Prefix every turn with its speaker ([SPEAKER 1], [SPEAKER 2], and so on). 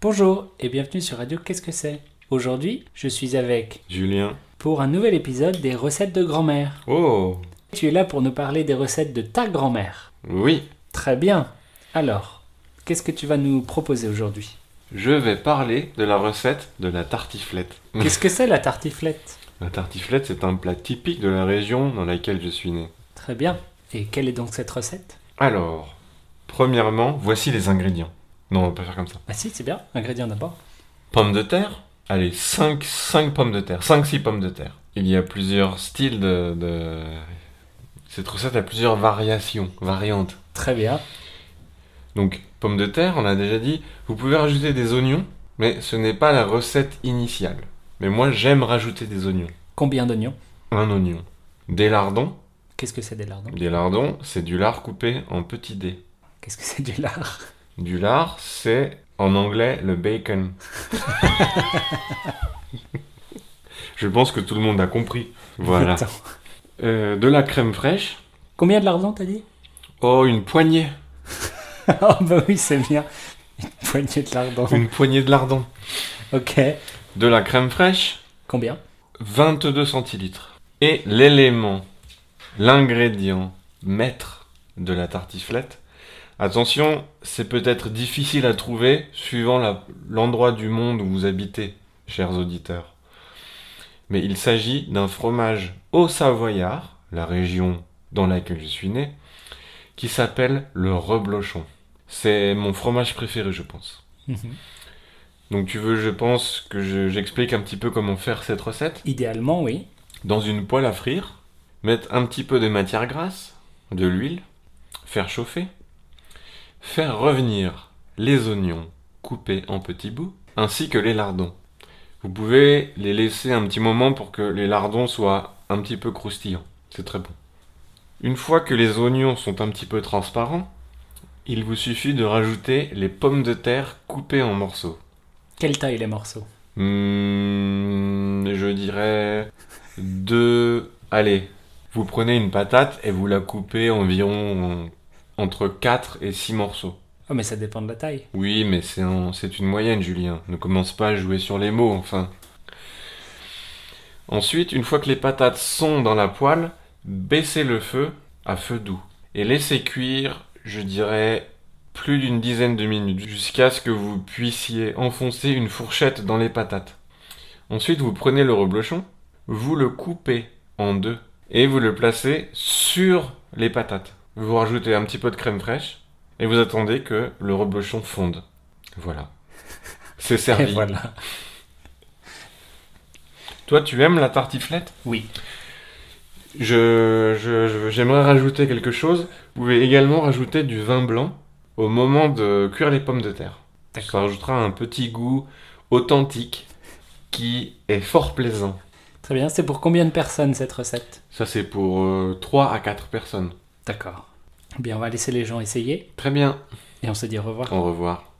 [SPEAKER 1] Bonjour et bienvenue sur Radio Qu'est-ce que c'est Aujourd'hui, je suis avec
[SPEAKER 2] Julien.
[SPEAKER 1] pour un nouvel épisode des recettes de grand-mère.
[SPEAKER 2] Oh
[SPEAKER 1] Tu es là pour nous parler des recettes de ta grand-mère.
[SPEAKER 2] Oui,
[SPEAKER 1] Très bien. Alors, qu'est-ce que tu vas nous proposer aujourd'hui
[SPEAKER 2] je vais parler de la recette de la tartiflette.
[SPEAKER 1] Qu'est-ce que c'est la tartiflette
[SPEAKER 2] La tartiflette, c'est un plat typique de la région dans laquelle je suis né.
[SPEAKER 1] Très bien. Et quelle est donc cette recette
[SPEAKER 2] Alors, premièrement, voici les ingrédients. Non, on va pas faire comme ça.
[SPEAKER 1] Ah si, c'est bien. Ingrédients d'abord.
[SPEAKER 2] Pommes de terre Allez, 5, 5 pommes de terre, 5-6 pommes de terre. Il y a plusieurs styles de, de... Cette recette a plusieurs variations, variantes.
[SPEAKER 1] Très bien.
[SPEAKER 2] Donc, pommes de terre, on a déjà dit, vous pouvez rajouter des oignons, mais ce n'est pas la recette initiale. Mais moi, j'aime rajouter des oignons.
[SPEAKER 1] Combien d'oignons
[SPEAKER 2] un oignon. Des lardons.
[SPEAKER 1] Qu'est-ce que c'est des lardons
[SPEAKER 2] Des lardons, c'est du lard coupé en petits dés.
[SPEAKER 1] Qu'est-ce que c'est du lard
[SPEAKER 2] Du lard, c'est en anglais le bacon. Je pense que tout le monde a compris. Voilà.
[SPEAKER 1] Attends.
[SPEAKER 2] Euh, de la crème fraîche.
[SPEAKER 1] Combien de lardons t'as dit
[SPEAKER 2] Oh, une poignée.
[SPEAKER 1] Ah bah oui, c'est bien. Une poignée de lardons.
[SPEAKER 2] Une poignée de lardons.
[SPEAKER 1] Ok.
[SPEAKER 2] De la crème fraîche.
[SPEAKER 1] Combien
[SPEAKER 2] 22 centilitres. Et l'élément, l'ingrédient maître de la tartiflette. Attention, c'est peut-être difficile à trouver suivant la- l'endroit du monde où vous habitez, chers auditeurs. Mais il s'agit d'un fromage au Savoyard, la région dans laquelle je suis né, qui s'appelle le reblochon. C'est mon fromage préféré, je pense.
[SPEAKER 1] Mhm.
[SPEAKER 2] Donc tu veux, je pense, que je- j'explique un petit peu comment faire cette recette
[SPEAKER 1] Idéalement, oui.
[SPEAKER 2] dans une poêle à frire, mettre un petit peu de matière grasse, de l'huile, faire chauffer, faire revenir les oignons coupés en petits bouts, ainsi que les lardons. Vous pouvez les laisser un petit moment pour que les lardons soient un petit peu croustillants. C'est très bon. Une fois que les oignons sont un petit peu transparents, il vous suffit de rajouter les pommes de terre coupées en morceaux.
[SPEAKER 1] Quelle taille les morceaux
[SPEAKER 2] Hmm, je dirais deux. Allez, vous prenez une patate et vous la coupez environ en- entre 4 et 6 morceaux.
[SPEAKER 1] Oh, mais ça dépend de la taille.
[SPEAKER 2] Oui, mais c'est un- c'est une moyenne, Julien. Ne commence pas à jouer sur les mots, enfin. Ensuite, une fois que les patates sont dans la poêle, baissez le feu à feu doux et laissez cuire, je dirais, plus d'une dizaine de minutes jusqu'à ce que vous puissiez enfoncer une fourchette dans les patates. Ensuite, vous prenez le reblochon, vous le coupez en deux et vous le placez sur les patates. Vous rajoutez un petit peu de crème fraîche et vous attendez que le reblochon fonde. Voilà. C'est
[SPEAKER 1] Et
[SPEAKER 2] servi.
[SPEAKER 1] voilà.
[SPEAKER 2] Toi, tu aimes la tartiflette
[SPEAKER 1] Oui.
[SPEAKER 2] Je, je- je- j'aimerais rajouter quelque chose. Vous pouvez également rajouter du vin blanc au moment de cuire les pommes de terre.
[SPEAKER 1] D'accord.
[SPEAKER 2] Ça rajoutera un petit goût authentique qui est fort plaisant.
[SPEAKER 1] Très bien. C'est pour combien de personnes cette recette
[SPEAKER 2] Ça, c'est pour euh, 3 à 4 personnes.
[SPEAKER 1] D'accord. Eh Bien, on va laisser les gens essayer
[SPEAKER 2] Très bien.
[SPEAKER 1] et on se dit au revoir.
[SPEAKER 2] Au revoir.